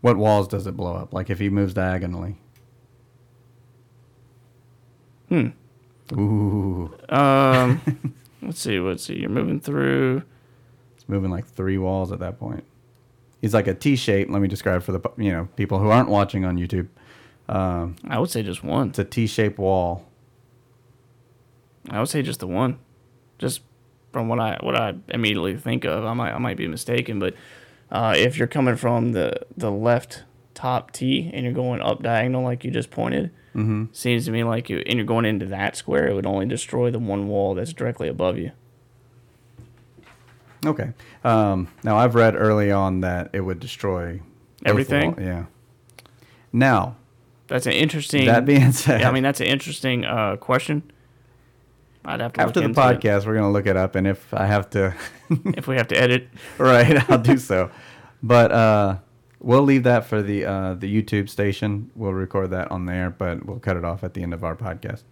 Speaker 2: What walls does it blow up? Like if he moves diagonally. Hmm. Ooh,
Speaker 4: Um, let's see. Let's see. You're moving through.
Speaker 2: it's moving like three walls at that point. He's like a T shape. Let me describe for the pu- you know people who aren't watching on YouTube.
Speaker 4: I would say just one.
Speaker 2: It's a T shaped wall
Speaker 4: I would say just the one, just from what I what I immediately think of. I might I might be mistaken, but uh, if you're coming from the the left top T and you're going up diagonal like you just pointed, mm-hmm. seems to me like you and you're going into that square, it would only destroy the one wall that's directly above you.
Speaker 2: Okay. Um, now I've read early on that it would destroy both the
Speaker 4: Everything?
Speaker 2: wall- Yeah. Now
Speaker 4: That's an interesting.
Speaker 2: that being said,
Speaker 4: yeah, I mean that's an interesting uh, question. I'd have to
Speaker 2: after the
Speaker 4: look into it.
Speaker 2: podcast, we're gonna look it up, and if I have to,
Speaker 4: if we have to edit.
Speaker 2: right, I'll do so. But uh, we'll leave that for the uh, the YouTube station. We'll record that on there, but we'll cut it off at the end of our podcast.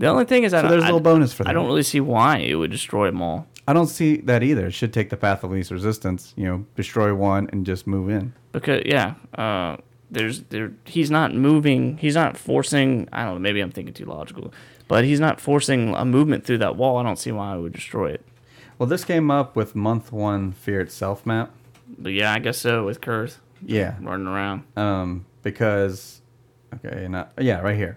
Speaker 4: The only thing is, I,
Speaker 2: So there's a
Speaker 4: I-
Speaker 2: little bonus for that.
Speaker 4: I don't really see why it would destroy them all.
Speaker 2: I don't see that either. It should take the path of least resistance. You know, destroy one and just move in.
Speaker 4: because yeah, uh, there's there he's not moving, he's not forcing. I don't know, maybe I'm thinking too logical, but he's not forcing a movement through that wall. I don't see why I would destroy it.
Speaker 2: Well, this came up with month one fear itself map.
Speaker 4: But yeah, I guess so with Kurth
Speaker 2: Yeah,
Speaker 4: running around.
Speaker 2: um, because okay, not, yeah, right here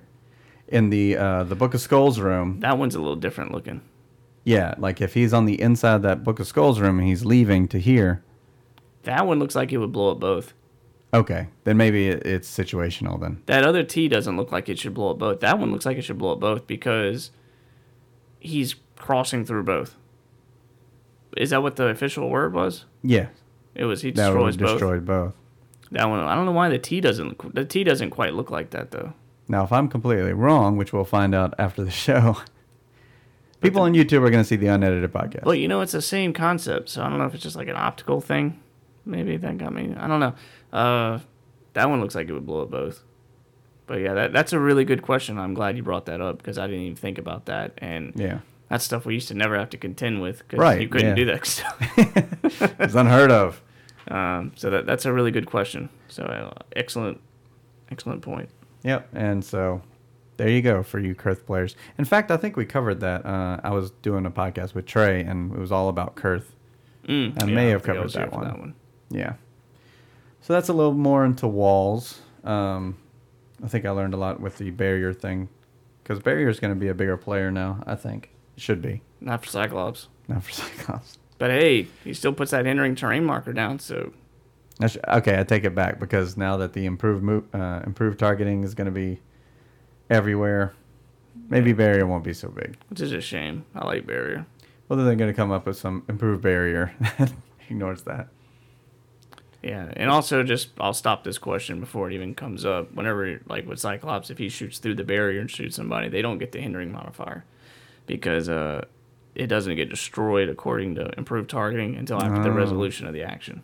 Speaker 2: in the uh, the Book of Skulls room.
Speaker 4: That one's a little different looking.
Speaker 2: Yeah, like if he's on the inside of that Book of Skulls room and he's leaving to here,
Speaker 4: That one looks like it would blow up both.
Speaker 2: okay, then maybe it, it's situational. Then
Speaker 4: That other T doesn't look like it should blow up both. That one looks like it should blow up both because he's crossing through both. Is that what the official word was?
Speaker 2: Yeah,
Speaker 4: It was he
Speaker 2: that
Speaker 4: destroys
Speaker 2: would
Speaker 4: both.
Speaker 2: destroyed both.
Speaker 4: That one. I don't know why the T doesn't. The T doesn't quite look like that though.
Speaker 2: Now, if I'm completely wrong, which we'll find out after the show, people on YouTube are going to see the unedited podcast.
Speaker 4: But you know, it's the same concept. So I don't know if it's just like an optical thing. Maybe that got me. I don't know. Uh, that one looks like it would blow up both. But yeah, that, that's a really good question. I'm glad you brought that up because I didn't even think about that. And
Speaker 2: yeah,
Speaker 4: that's stuff we used to never have to contend with because
Speaker 2: Right,
Speaker 4: you
Speaker 2: yeah.
Speaker 4: couldn't do that stuff.
Speaker 2: it's unheard of.
Speaker 4: um, so that, that's a really good question. So uh, excellent, excellent point.
Speaker 2: Yep. And so there you go for you Kurth players. In fact, I think we covered that. Uh, I was doing a podcast with Trey, and it was all about Kurth.
Speaker 4: Mm,
Speaker 2: I may have
Speaker 4: think
Speaker 2: covered
Speaker 4: was here
Speaker 2: that
Speaker 4: for
Speaker 2: one. Yeah. So that's a little more into walls. Um, I think I learned a lot with the barrier thing because barrier is going to be a bigger player now. I think should be
Speaker 4: Not for Cyclops.
Speaker 2: not for Cyclops.
Speaker 4: But hey, he still puts that entering terrain marker down, so
Speaker 2: That's- okay, I take it back because now that the improved mo- uh, improved targeting is going to be everywhere, maybe barrier won't be so big.
Speaker 4: which is a shame. I like barrier.
Speaker 2: Well, then they're going to come up with some improved barrier that ignores that.
Speaker 4: Yeah, and also just I'll stop this question before it even comes up. Whenever like with Cyclops, if he shoots through the barrier and shoots somebody, they don't get the hindering modifier because uh, it doesn't get destroyed according to improved targeting until after the
Speaker 2: Oh.
Speaker 4: resolution of the action.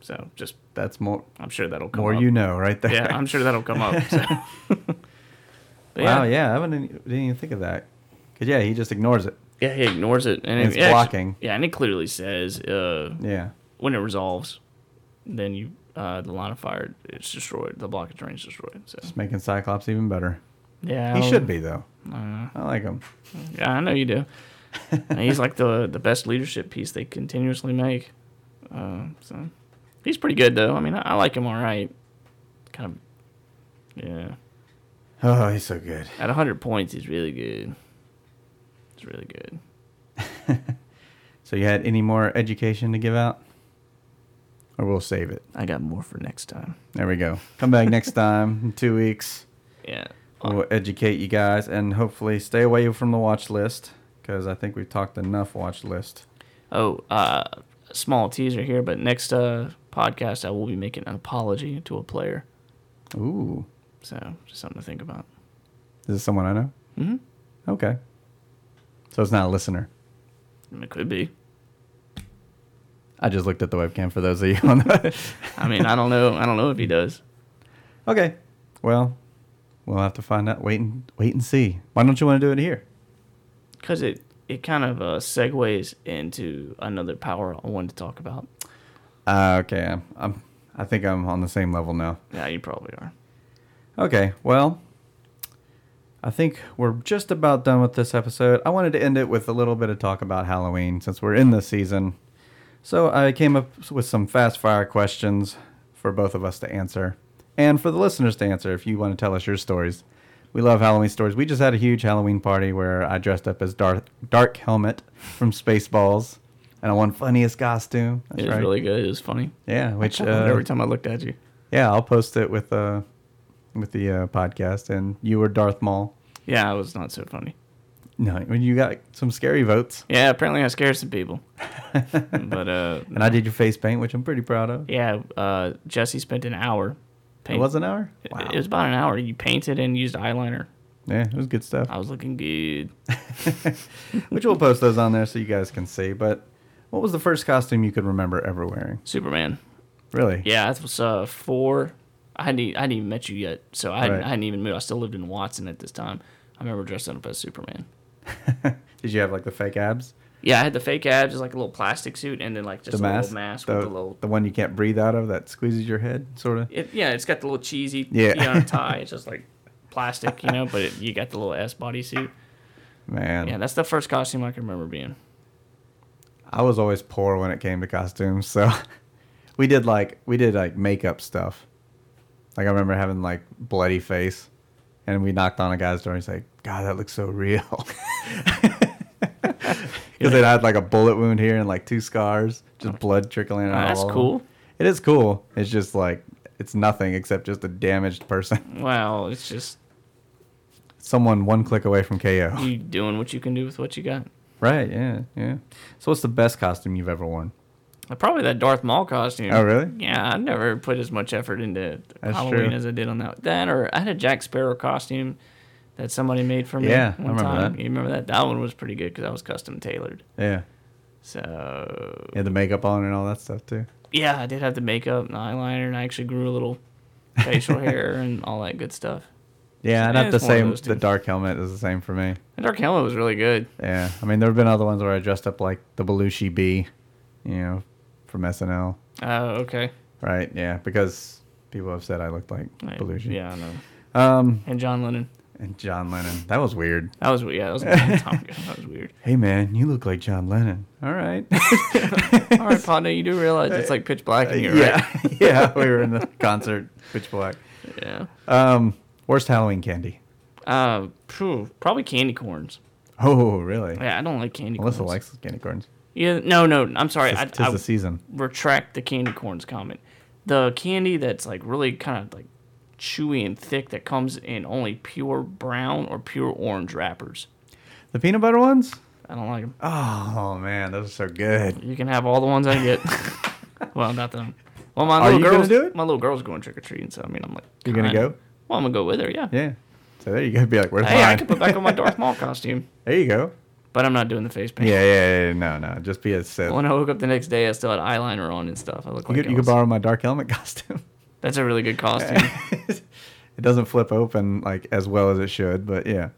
Speaker 4: So just
Speaker 2: That's more
Speaker 4: I'm sure that'll come
Speaker 2: more
Speaker 4: up.
Speaker 2: you know, right there.
Speaker 4: yeah, I'm sure that'll come up. So. But
Speaker 2: Wow, yeah, I haven't didn't even think of that. Cause yeah, he just ignores it.
Speaker 4: yeah, he ignores it and,
Speaker 2: And
Speaker 4: it
Speaker 2: it's
Speaker 4: actu-
Speaker 2: blocking.
Speaker 4: yeah, and it clearly says uh,
Speaker 2: Yeah,
Speaker 4: when it resolves, then you uh, the line of fire it's destroyed. The block of terrain is destroyed. So
Speaker 2: it's making Cyclops even better.
Speaker 4: yeah,
Speaker 2: He should be though. I like him.
Speaker 4: Yeah, I know you do. And he's like the the best leadership piece they continuously make. Uh, so he's pretty good though. I mean, I, I like him all right. Kind of yeah.
Speaker 2: Oh, he's so good.
Speaker 4: At hundred points, he's really good. It's really good.
Speaker 2: So you had any more education to give out? Or we'll save it.
Speaker 4: I got more for next time.
Speaker 2: There we go. Come back next time in two weeks.
Speaker 4: Yeah.
Speaker 2: We'll educate you guys and hopefully stay away from the watch list because I think we've talked enough watch list.
Speaker 4: Oh, uh, small teaser here, but next uh, podcast I will be making an apology to a player.
Speaker 2: Ooh,
Speaker 4: So just something to think about.
Speaker 2: is this someone I know?
Speaker 4: Mhm.
Speaker 2: Okay. So it's not a listener.
Speaker 4: And it could be.
Speaker 2: I just looked at the webcam for those of you on the.
Speaker 4: I mean, I don't know. I don't know if he does.
Speaker 2: okay. Well, we'll have to find out. Wait and wait and see. Why don't you want to do it here?
Speaker 4: because it it kind of uh, segues into another power I wanted to talk about.
Speaker 2: Uh, okay. I'm, I'm. I think I'm on the same level now.
Speaker 4: Yeah, you probably are.
Speaker 2: Okay. Well, I think we're just about done with this episode. I wanted to end it with a little bit of talk about Halloween since we're in the season. So I came up with some fast fire questions for both of us to answer and for the listeners to answer if you want to tell us your stories. We love Halloween stories. We just had a huge Halloween party where I dressed up as Darth Dark Helmet from Spaceballs and I won funniest costume. That's
Speaker 4: It was
Speaker 2: right.
Speaker 4: really good. It was funny.
Speaker 2: yeah, which uh,
Speaker 4: every time I looked at you.
Speaker 2: yeah, I'll post it with uh with the uh, podcast. And you were Darth Maul.
Speaker 4: Yeah, it was not so funny.
Speaker 2: No, when you got some scary votes,
Speaker 4: Yeah, apparently I scared some people. but uh,
Speaker 2: and I did your face paint, which I'm pretty proud of.
Speaker 4: yeah, uh, Jesse spent an hour.
Speaker 2: It
Speaker 4: Paint-
Speaker 2: was an hour.
Speaker 4: it- It was about an hour. You painted and used eyeliner.
Speaker 2: Yeah, it was good stuff.
Speaker 4: I was looking good.
Speaker 2: Which we'll post those on there so you guys can see. But what was the first costume you could remember ever wearing?
Speaker 4: Superman.
Speaker 2: Really?
Speaker 4: Yeah, that was uh, four. I hadn't, e- I hadn't even met you yet, so I hadn't,
Speaker 2: Right.
Speaker 4: I hadn't even moved. I still lived in Watson at this time. I remember dressing up as Superman.
Speaker 2: Did you have like the fake abs?
Speaker 4: Yeah, I had the fake abs, just like a little plastic suit, and then like just
Speaker 2: The
Speaker 4: a
Speaker 2: mask?
Speaker 4: little mask
Speaker 2: the,
Speaker 4: with a little.
Speaker 2: the one you can't breathe out of that squeezes your head, sort of.
Speaker 4: It, yeah, it's got the little cheesy
Speaker 2: Yeah.
Speaker 4: you know, tie. It's just like plastic, you know, but it, you got the little S bodysuit.
Speaker 2: Man,
Speaker 4: Yeah, that's the first costume I can remember being.
Speaker 2: I was always poor when it came to costumes, so we did like we did like makeup stuff. Like I remember having like bloody face, and we knocked on a guy's door. and He's like, "God, that looks so real." Because it had like a bullet wound here and like two scars, just blood trickling out.
Speaker 4: Ah, that's
Speaker 2: all over.
Speaker 4: cool.
Speaker 2: It is cool. It's just like it's nothing except just a damaged person.
Speaker 4: Wow, it's just
Speaker 2: Someone one click away from KO.
Speaker 4: you doing what you can do with what you got.
Speaker 2: Right, yeah, yeah. So what's the best costume you've ever worn?
Speaker 4: Uh, Probably that Darth Maul costume.
Speaker 2: Oh, really?
Speaker 4: Yeah, I never put as much effort into
Speaker 2: That's
Speaker 4: Halloween
Speaker 2: true.
Speaker 4: as I did on that. That or I had a Jack Sparrow costume that somebody made for me.
Speaker 2: Yeah, I
Speaker 4: one
Speaker 2: remember
Speaker 4: time.
Speaker 2: that.
Speaker 4: You remember that? That one was pretty good because that was custom tailored.
Speaker 2: Yeah.
Speaker 4: So
Speaker 2: You had the makeup on and all that stuff too.
Speaker 4: yeah, I did have the makeup and eyeliner, and I actually grew a little facial hair and all that good stuff.
Speaker 2: Yeah, I'd
Speaker 4: Yeah,
Speaker 2: have to
Speaker 4: it's one of
Speaker 2: say
Speaker 4: those
Speaker 2: the
Speaker 4: things.
Speaker 2: dark helmet is the same for me.
Speaker 4: And Dark Helmet was really good.
Speaker 2: Yeah. I mean, there have been other ones where I dressed up like the Belushi bee, you know, from SNL.
Speaker 4: Oh, okay.
Speaker 2: Right, yeah, because people have said I looked like
Speaker 4: I-
Speaker 2: Belushi.
Speaker 4: Yeah, I know.
Speaker 2: Um,
Speaker 4: And John Lennon.
Speaker 2: and John Lennon. That was weird.
Speaker 4: That was yeah. That was a long time ago. That was weird.
Speaker 2: Hey man, you look like John Lennon. All right.
Speaker 4: All right, Panda, you do realize it's like pitch black in here, right?
Speaker 2: Uh, yeah. yeah, we were in the concert, pitch black.
Speaker 4: Yeah.
Speaker 2: Um, worst Halloween candy.
Speaker 4: Uh, phew, probably candy corns.
Speaker 2: Oh, really?
Speaker 4: Yeah, I don't like candy
Speaker 2: Melissa
Speaker 4: corns.
Speaker 2: likes candy corns.
Speaker 4: Yeah, no, no. I'm sorry. I,
Speaker 2: Tis, tis
Speaker 4: I
Speaker 2: the season.
Speaker 4: retract the candy corns comment. The candy that's like really kind of like chewy and thick that comes in only pure brown or pure orange wrappers.
Speaker 2: The peanut butter ones?
Speaker 4: I don't like them.
Speaker 2: Oh man, those are so good.
Speaker 4: You can have all the ones I get. well, not them. Well, my
Speaker 2: Are
Speaker 4: little
Speaker 2: you gonna
Speaker 4: girl's
Speaker 2: do it?
Speaker 4: my little girl's going trick or treating, so I mean, I'm like,
Speaker 2: You gonna
Speaker 4: kinda-
Speaker 2: go?
Speaker 4: Well, I'm gonna go with her. Yeah.
Speaker 2: Yeah. So there you go. Be like, where's
Speaker 4: Hey, I
Speaker 2: mine?
Speaker 4: could put back on my Darth Maul costume,
Speaker 2: there you go.
Speaker 4: but I'm not doing the face paint.
Speaker 2: Yeah, yeah, yeah. No, no. Just be a Sith.
Speaker 4: When I woke up the next day, I still had eyeliner on and stuff. I look
Speaker 2: you
Speaker 4: like
Speaker 2: could, you
Speaker 4: Elvis.
Speaker 2: could borrow my dark helmet costume.
Speaker 4: That's a really good costume.
Speaker 2: it doesn't flip open like as well as it should, but yeah.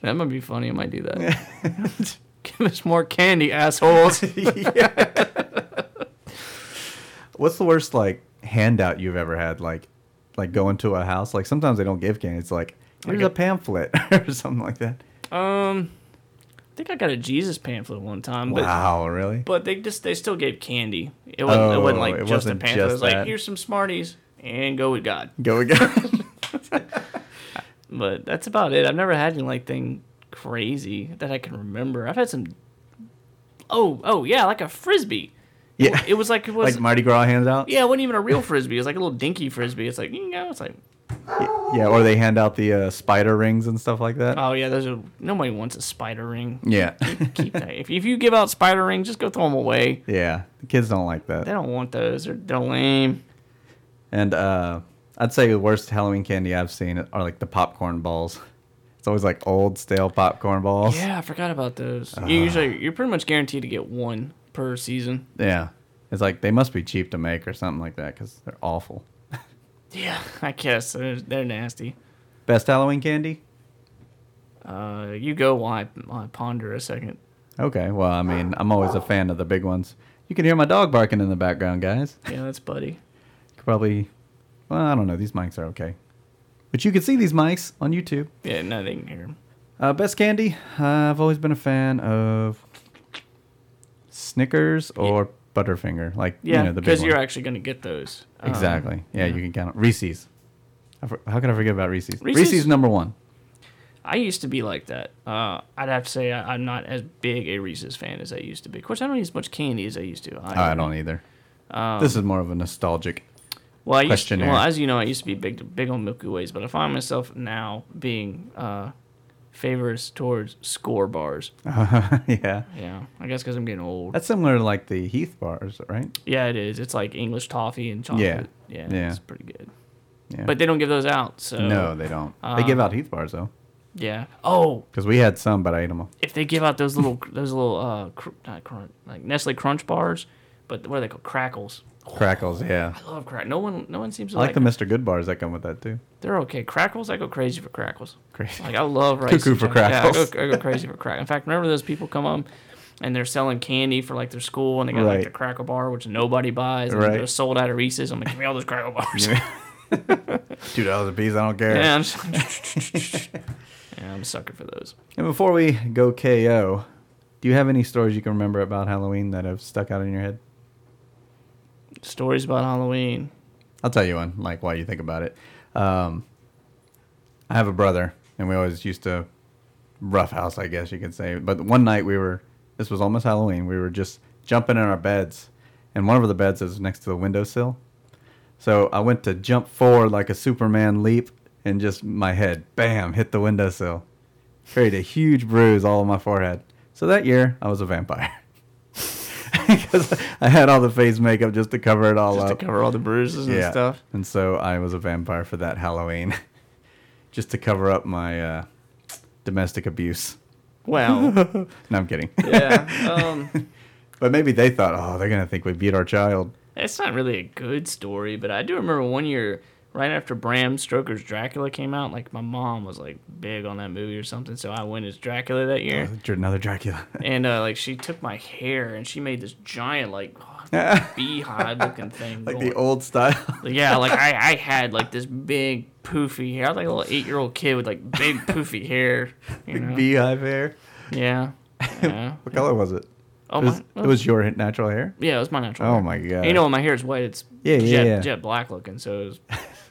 Speaker 4: that might be funny. I might do that. Give us more candy, assholes.
Speaker 2: What's the worst like handout you've ever had? Like, like going to a house. Like sometimes they don't give candy. It's like here's
Speaker 4: Like a-
Speaker 2: a pamphlet or something like that.
Speaker 4: um, I think I got a Jesus pamphlet one time, but
Speaker 2: Wow, really?
Speaker 4: but they just they still gave candy. It wasn't, it
Speaker 2: Oh,
Speaker 4: wasn't like
Speaker 2: it
Speaker 4: just
Speaker 2: wasn't
Speaker 4: a pamphlet.
Speaker 2: just
Speaker 4: it was like
Speaker 2: that.
Speaker 4: here's some Smarties and go with God.
Speaker 2: Go again.
Speaker 4: But that's about it. I've never had any like thing crazy that I can remember. I've had some. Oh oh yeah, like a frisbee.
Speaker 2: yeah.
Speaker 4: It was like it was
Speaker 2: like Mardi Gras hands out.
Speaker 4: yeah, it wasn't even a real frisbee. It was like a little dinky frisbee. It's like you know, it's like
Speaker 2: Yeah, or they hand out the uh, spider rings and stuff like that.
Speaker 4: oh yeah, those are nobody wants a spider ring.
Speaker 2: yeah,
Speaker 4: Keep that. If, if you give out spider rings, just go throw them away.
Speaker 2: yeah. The kids don't like
Speaker 4: They
Speaker 2: that.
Speaker 4: don't want those. They're, they're lame.
Speaker 2: And uh, I'd say the worst Halloween candy I've seen are like the popcorn balls. It's always like old stale popcorn balls.
Speaker 4: Yeah, I forgot about those.
Speaker 2: Uh-huh.
Speaker 4: you usually you're pretty much guaranteed to get one per season.
Speaker 2: Yeah. It's like they must be cheap to make or something like that because they're awful.
Speaker 4: Yeah, I guess they're, they're nasty.
Speaker 2: Best Halloween candy?
Speaker 4: Uh, you go while I, while I ponder a second.
Speaker 2: Okay. Well, I mean, I'm always a fan of the big ones. You can hear my dog barking in the background, guys.
Speaker 4: Yeah, that's Buddy.
Speaker 2: You could probably, well, I don't know. These mics are okay. But you can see these mics on YouTube.
Speaker 4: Yeah, no, they can hear him.
Speaker 2: Uh, best candy? Uh, I've always been a fan of Snickers or Butterfinger, like you
Speaker 4: Yeah,
Speaker 2: know the big
Speaker 4: because
Speaker 2: one.
Speaker 4: you are actually going to get those. Um,
Speaker 2: exactly. Yeah, you can count on Reese's. I for- How could I forget about Reese's?
Speaker 4: Reese's-
Speaker 2: Reese's, number one.
Speaker 4: I used to be like that. Uh, I'd have to say I, I'm not as big a Reese's fan as I used to be. Of course, I don't eat as much candy as I used to.
Speaker 2: I Um, don't either. this is more of a nostalgic.
Speaker 4: Well, I used to,
Speaker 2: questionnaire.
Speaker 4: well, as you know, I used to be big, big on Milky Ways, but I find myself now being uh, favors towards score bars.
Speaker 2: yeah,
Speaker 4: Yeah, I guess because I'm getting old.
Speaker 2: that's similar to like the Heath bars, right?
Speaker 4: yeah, it is. It's like English toffee and chocolate.
Speaker 2: Yeah.
Speaker 4: yeah,
Speaker 2: Yeah.
Speaker 4: it's pretty good.
Speaker 2: Yeah.
Speaker 4: But they don't give those out. So
Speaker 2: no, they don't. they give out Heath bars though,
Speaker 4: Yeah. Oh,
Speaker 2: because we had some, but I ate them all.
Speaker 4: if they give out those little, those little, uh, cr- not crunch, like Nestle Crunch bars, but what are they called? Crackles.
Speaker 2: Crackles, yeah.
Speaker 4: I love crack. No one, no one seems to
Speaker 2: I like
Speaker 4: like,
Speaker 2: the Mr. Good bars that come with that too.
Speaker 4: They're okay. Crackles, I go crazy for crackles.
Speaker 2: Crazy.
Speaker 4: Like I love rice.
Speaker 2: Cuckoo
Speaker 4: and
Speaker 2: for
Speaker 4: jam. Yeah, I go-
Speaker 2: crackles.
Speaker 4: I, go, crazy for crack. In fact, remember those people come up and they're selling candy for like their school and they got
Speaker 2: Right.
Speaker 4: like the crackle bar, which nobody buys. And
Speaker 2: Right.
Speaker 4: They're sold out of Reese's. I'm like, give me all those crackle bars. Yeah,
Speaker 2: Two dollars a piece, I don't care.
Speaker 4: I'm, just- Yeah, I'm a sucker for those.
Speaker 2: And before we go KO, do you have any stories you can remember about Halloween that have stuck out in your head?
Speaker 4: Stories about Halloween.
Speaker 2: I'll tell you one, like while you think about it. Um, I have a brother, and we always used to rough house, I guess you could say. But one night we were, this was almost Halloween, we were just jumping in our beds, and one of the beds is next to the windowsill. So I went to jump forward like a Superman leap, and just my head, bam, hit the windowsill. Created a huge bruise all on my forehead. So that year, I was a vampire. Because I had all the face makeup just to cover it all
Speaker 4: just to
Speaker 2: up.
Speaker 4: cover all the bruises and stuff.
Speaker 2: And so I was a vampire for that Halloween, just to cover up my uh, domestic abuse.
Speaker 4: Wow.
Speaker 2: No, I'm kidding.
Speaker 4: yeah. Um,
Speaker 2: but maybe they thought, oh, they're gonna think we beat our child.
Speaker 4: It's not really a good story, but I do remember one year, right after Bram Stoker's Dracula came out, like my mom was like big on that movie or something, so I went as Dracula that year,
Speaker 2: Another Dracula.
Speaker 4: and uh, like she took my hair and she made this giant like beehive looking thing.
Speaker 2: like
Speaker 4: going-
Speaker 2: the old style.
Speaker 4: Yeah, like I, I had like this big poofy hair. I was like a little eight year old kid with like big poofy hair. You know?
Speaker 2: Beehive hair.
Speaker 4: yeah. yeah.
Speaker 2: What color was it?
Speaker 4: Oh
Speaker 2: it, was,
Speaker 4: my.
Speaker 2: it was your natural hair.
Speaker 4: Yeah, it was my natural.
Speaker 2: Oh
Speaker 4: hair.
Speaker 2: my
Speaker 4: And you
Speaker 2: gosh.
Speaker 4: know, when my hair is white, it's
Speaker 2: Yeah, yeah,
Speaker 4: jet,
Speaker 2: yeah.
Speaker 4: jet black looking. So, it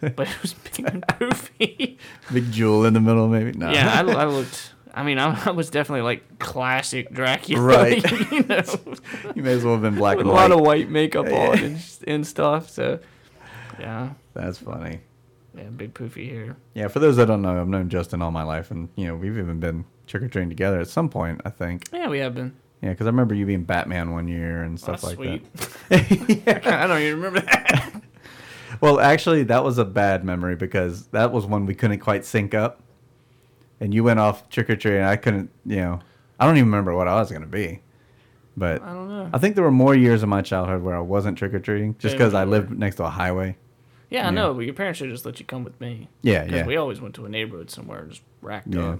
Speaker 4: was, but it was big and poofy.
Speaker 2: Big jewel in the middle, maybe. No.
Speaker 4: yeah, I, I looked. I mean, I, I was definitely like classic Dracula.
Speaker 2: Right.
Speaker 4: you know,
Speaker 2: you may as well have been black
Speaker 4: with
Speaker 2: and
Speaker 4: a
Speaker 2: white.
Speaker 4: lot of white makeup on
Speaker 2: Yeah.
Speaker 4: and, and stuff. So, yeah,
Speaker 2: That's funny.
Speaker 4: yeah, big poofy hair.
Speaker 2: Yeah, for those that don't know, I've known Justin all my life, and you know we've even been trick or treating together at some point. I think.
Speaker 4: Yeah, we have been.
Speaker 2: Yeah, because I remember you being Batman one year and stuff
Speaker 4: Oh, That's
Speaker 2: like
Speaker 4: sweet.
Speaker 2: that. yeah.
Speaker 4: I don't even remember that.
Speaker 2: Well, actually, that was a bad memory because that was one we couldn't quite sync up, and you went off trick or treating. I couldn't, you know, I don't even remember what I was gonna be, but
Speaker 4: I don't know.
Speaker 2: I think there were more years of my childhood where I wasn't trick or treating just
Speaker 4: Same
Speaker 2: because I
Speaker 4: here.
Speaker 2: lived next to a highway.
Speaker 4: Yeah,
Speaker 2: Yeah.
Speaker 4: I know, but your parents should just let you come with me.
Speaker 2: Yeah,
Speaker 4: 'Cause
Speaker 2: yeah.
Speaker 4: We always went to a neighborhood somewhere and just racked
Speaker 2: Yeah.
Speaker 4: up.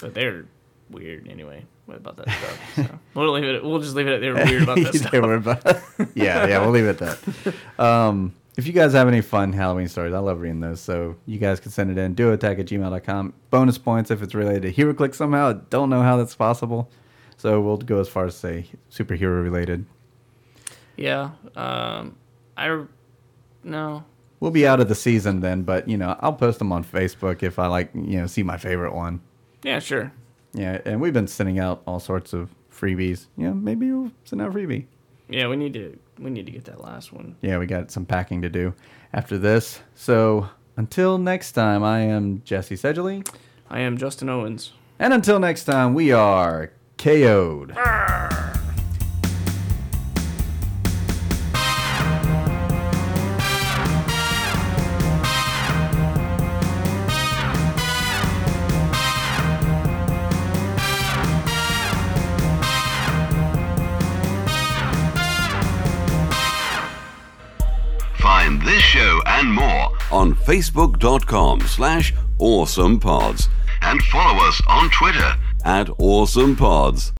Speaker 4: But they're weird anyway about that stuff. So. we'll leave it. We'll just leave it. at They're weird about that stuff.
Speaker 2: They were about- yeah, yeah, we'll leave it at that. Um, if you guys have any fun Halloween stories, I love reading those. So you guys can send it in. Duoattack at gmail.com. Bonus points if it's related to HeroClick somehow. I Don't know how that's possible. So we'll go as far as say superhero related.
Speaker 4: Yeah. Um. I. No.
Speaker 2: We'll be out of the season then, but you know, I'll post them on Facebook if I like, you know, see my favorite one.
Speaker 4: Yeah. Sure.
Speaker 2: Yeah, and we've been sending out all sorts of freebies. Yeah, maybe we'll send out a freebie.
Speaker 4: Yeah. We need to. We need to get that last one.
Speaker 2: yeah, we got some packing to do after this. So until next time, I am Jesse Sedgley.
Speaker 4: I am Justin Owens.
Speaker 2: And until next time, we are KO'd.
Speaker 1: Find this show and more on facebook.com slash awesomepods and follow us on Twitter at awesomepods.